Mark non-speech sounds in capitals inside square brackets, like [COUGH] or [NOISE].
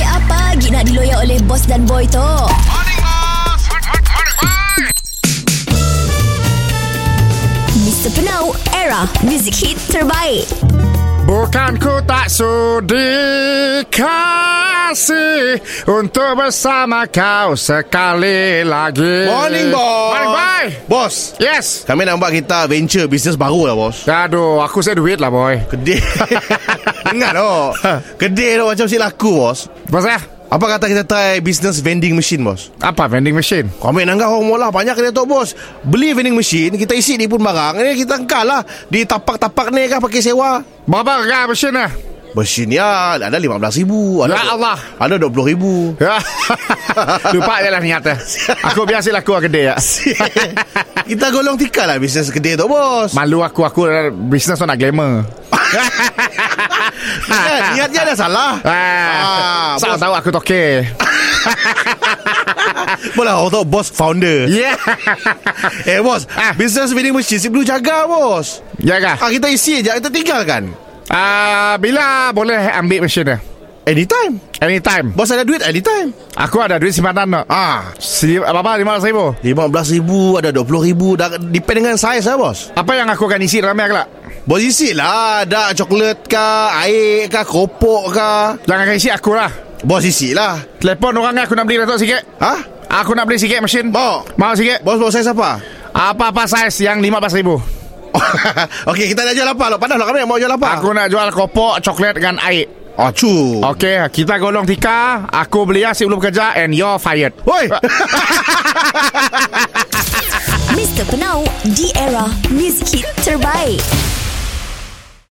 lagi nak diloyak oleh bos dan boy tu? Mr. Penau, era music hit terbaik. Bukan ku tak sudi kasih Untuk bersama kau sekali lagi Morning, boss. Morning boy Bos, Yes kami nak buat kita venture bisnes baru lah, bos. Aduh, aku saya duit lah boy [LAUGHS] Kedai. Dengar doh. oh. Ha. Kedai doh macam si laku, bos. Pasal Apa kata kita try bisnes vending machine, bos? eh, apa vending machine? Kami nanggah orang oh, mula banyak kena tu, bos. Beli vending machine, kita isi ni pun barang. Ni kita engkau lah. Di tapak-tapak ni kah pakai sewa. Berapa harga mesin lah? Mesin ya, ada RM15,000. Ada, Ya Allah. Ada RM20,000. [LAUGHS] [LAUGHS] Lupa je lah niat eh. Aku biasa laku lah gede ya. kita golong tikar lah bisnes kedai tu, bos. Malu aku aku bisnes tu nak glamour. Kan, niatnya ada salah. Ah, bos, Sao Eh, tahu aku toke. Bola orang tahu bos founder. Yeah. [LAUGHS] Eh bos ah. Ah. Business vending machine Sip dulu jaga bos Ya kah? ah, Kita isi je Kita tinggalkan Ah, bila boleh ambil mesin dia? Anytime Anytime. Bos ada duit anytime Aku ada duit simpanan. Ah, Ah si, apa lima ratus ribu. RM15,000 Ada RM20,000 dah, Depend dengan saiz lah bos Apa yang aku akan isi dalamnya kelak? Bos isi lah Ada coklat ke Air ke Keropok ke Yang akan isi aku lah. Bos isi lah Ha? Telepon orang aku nak beli datuk sikit. Hah? Aku nak beli sikit mesin. Mau? Mau sikit? Bos bos saiz apa? [LAUGHS] Apa-apa saiz yang lima belas ribu. Okey kita nak jual apa lo? Padah lo kami mau jual apa? Aku nak jual kopok, coklat dengan air. Ah cu. Okey, kita golong tika. Aku beli nasi belum kerja and you're fired. Woi. [LAUGHS] Mr. Penau, di era music hit terbaik.